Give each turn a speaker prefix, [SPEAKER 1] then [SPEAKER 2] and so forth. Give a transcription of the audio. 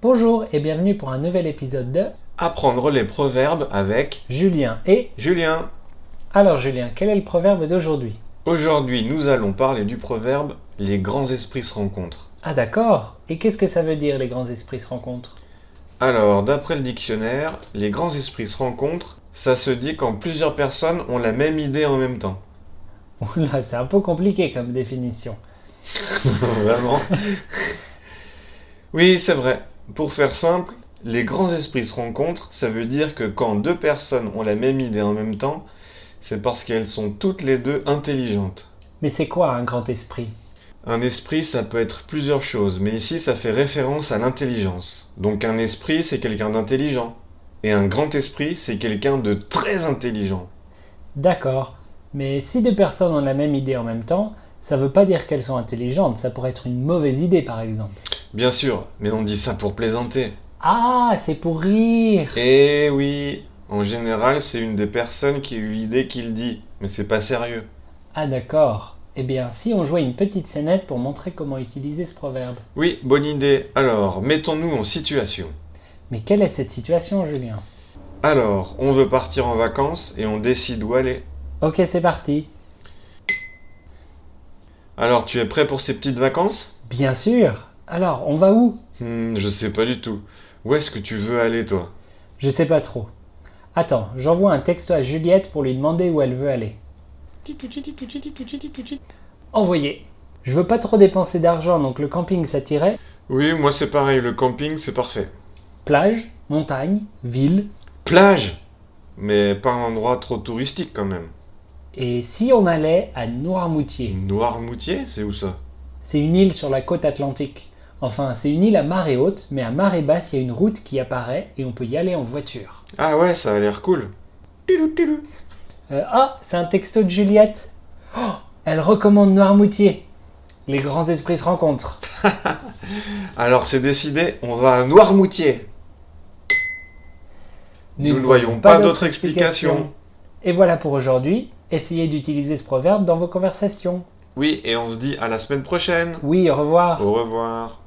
[SPEAKER 1] Bonjour et bienvenue pour un nouvel épisode de
[SPEAKER 2] Apprendre les proverbes avec
[SPEAKER 1] Julien et...
[SPEAKER 2] Julien.
[SPEAKER 1] Alors Julien, quel est le proverbe d'aujourd'hui
[SPEAKER 2] Aujourd'hui, nous allons parler du proverbe Les grands esprits se rencontrent.
[SPEAKER 1] Ah d'accord Et qu'est-ce que ça veut dire les grands esprits se rencontrent
[SPEAKER 2] Alors, d'après le dictionnaire, les grands esprits se rencontrent, ça se dit quand plusieurs personnes ont la même idée en même temps.
[SPEAKER 1] Oula, c'est un peu compliqué comme définition.
[SPEAKER 2] Vraiment. Oui, c'est vrai. Pour faire simple, les grands esprits se rencontrent, ça veut dire que quand deux personnes ont la même idée en même temps, c'est parce qu'elles sont toutes les deux intelligentes.
[SPEAKER 1] Mais c'est quoi un grand esprit
[SPEAKER 2] Un esprit, ça peut être plusieurs choses, mais ici, ça fait référence à l'intelligence. Donc un esprit, c'est quelqu'un d'intelligent. Et un grand esprit, c'est quelqu'un de très intelligent.
[SPEAKER 1] D'accord. Mais si deux personnes ont la même idée en même temps, ça veut pas dire qu'elles sont intelligentes, ça pourrait être une mauvaise idée par exemple.
[SPEAKER 2] Bien sûr, mais on dit ça pour plaisanter.
[SPEAKER 1] Ah, c'est pour rire
[SPEAKER 2] Eh oui, en général, c'est une des personnes qui a eu l'idée qu'il dit, mais c'est pas sérieux.
[SPEAKER 1] Ah d'accord. Eh bien, si on jouait une petite scénette pour montrer comment utiliser ce proverbe.
[SPEAKER 2] Oui, bonne idée. Alors, mettons-nous en situation.
[SPEAKER 1] Mais quelle est cette situation, Julien
[SPEAKER 2] Alors, on veut partir en vacances et on décide où aller.
[SPEAKER 1] Ok, c'est parti.
[SPEAKER 2] Alors, tu es prêt pour ces petites vacances
[SPEAKER 1] Bien sûr Alors, on va où
[SPEAKER 2] Hmm, Je sais pas du tout. Où est-ce que tu veux aller, toi
[SPEAKER 1] Je sais pas trop. Attends, j'envoie un texto à Juliette pour lui demander où elle veut aller. Envoyé. Je veux pas trop dépenser d'argent, donc le camping s'attirait.
[SPEAKER 2] Oui, moi c'est pareil, le camping c'est parfait.
[SPEAKER 1] Plage, montagne, ville.
[SPEAKER 2] Plage Mais pas un endroit trop touristique quand même.
[SPEAKER 1] Et si on allait à Noirmoutier
[SPEAKER 2] Noirmoutier, c'est où ça
[SPEAKER 1] C'est une île sur la côte atlantique. Enfin, c'est une île à marée haute, mais à marée basse, il y a une route qui apparaît et on peut y aller en voiture.
[SPEAKER 2] Ah ouais, ça a l'air cool. Toulou, toulou.
[SPEAKER 1] Euh, ah, c'est un texto de Juliette. Oh, elle recommande Noirmoutier. Les grands esprits se rencontrent.
[SPEAKER 2] Alors c'est décidé, on va à Noirmoutier. Nous ne voyons pas d'autre explication.
[SPEAKER 1] Et voilà pour aujourd'hui. Essayez d'utiliser ce proverbe dans vos conversations.
[SPEAKER 2] Oui, et on se dit à la semaine prochaine.
[SPEAKER 1] Oui, au revoir.
[SPEAKER 2] Au revoir.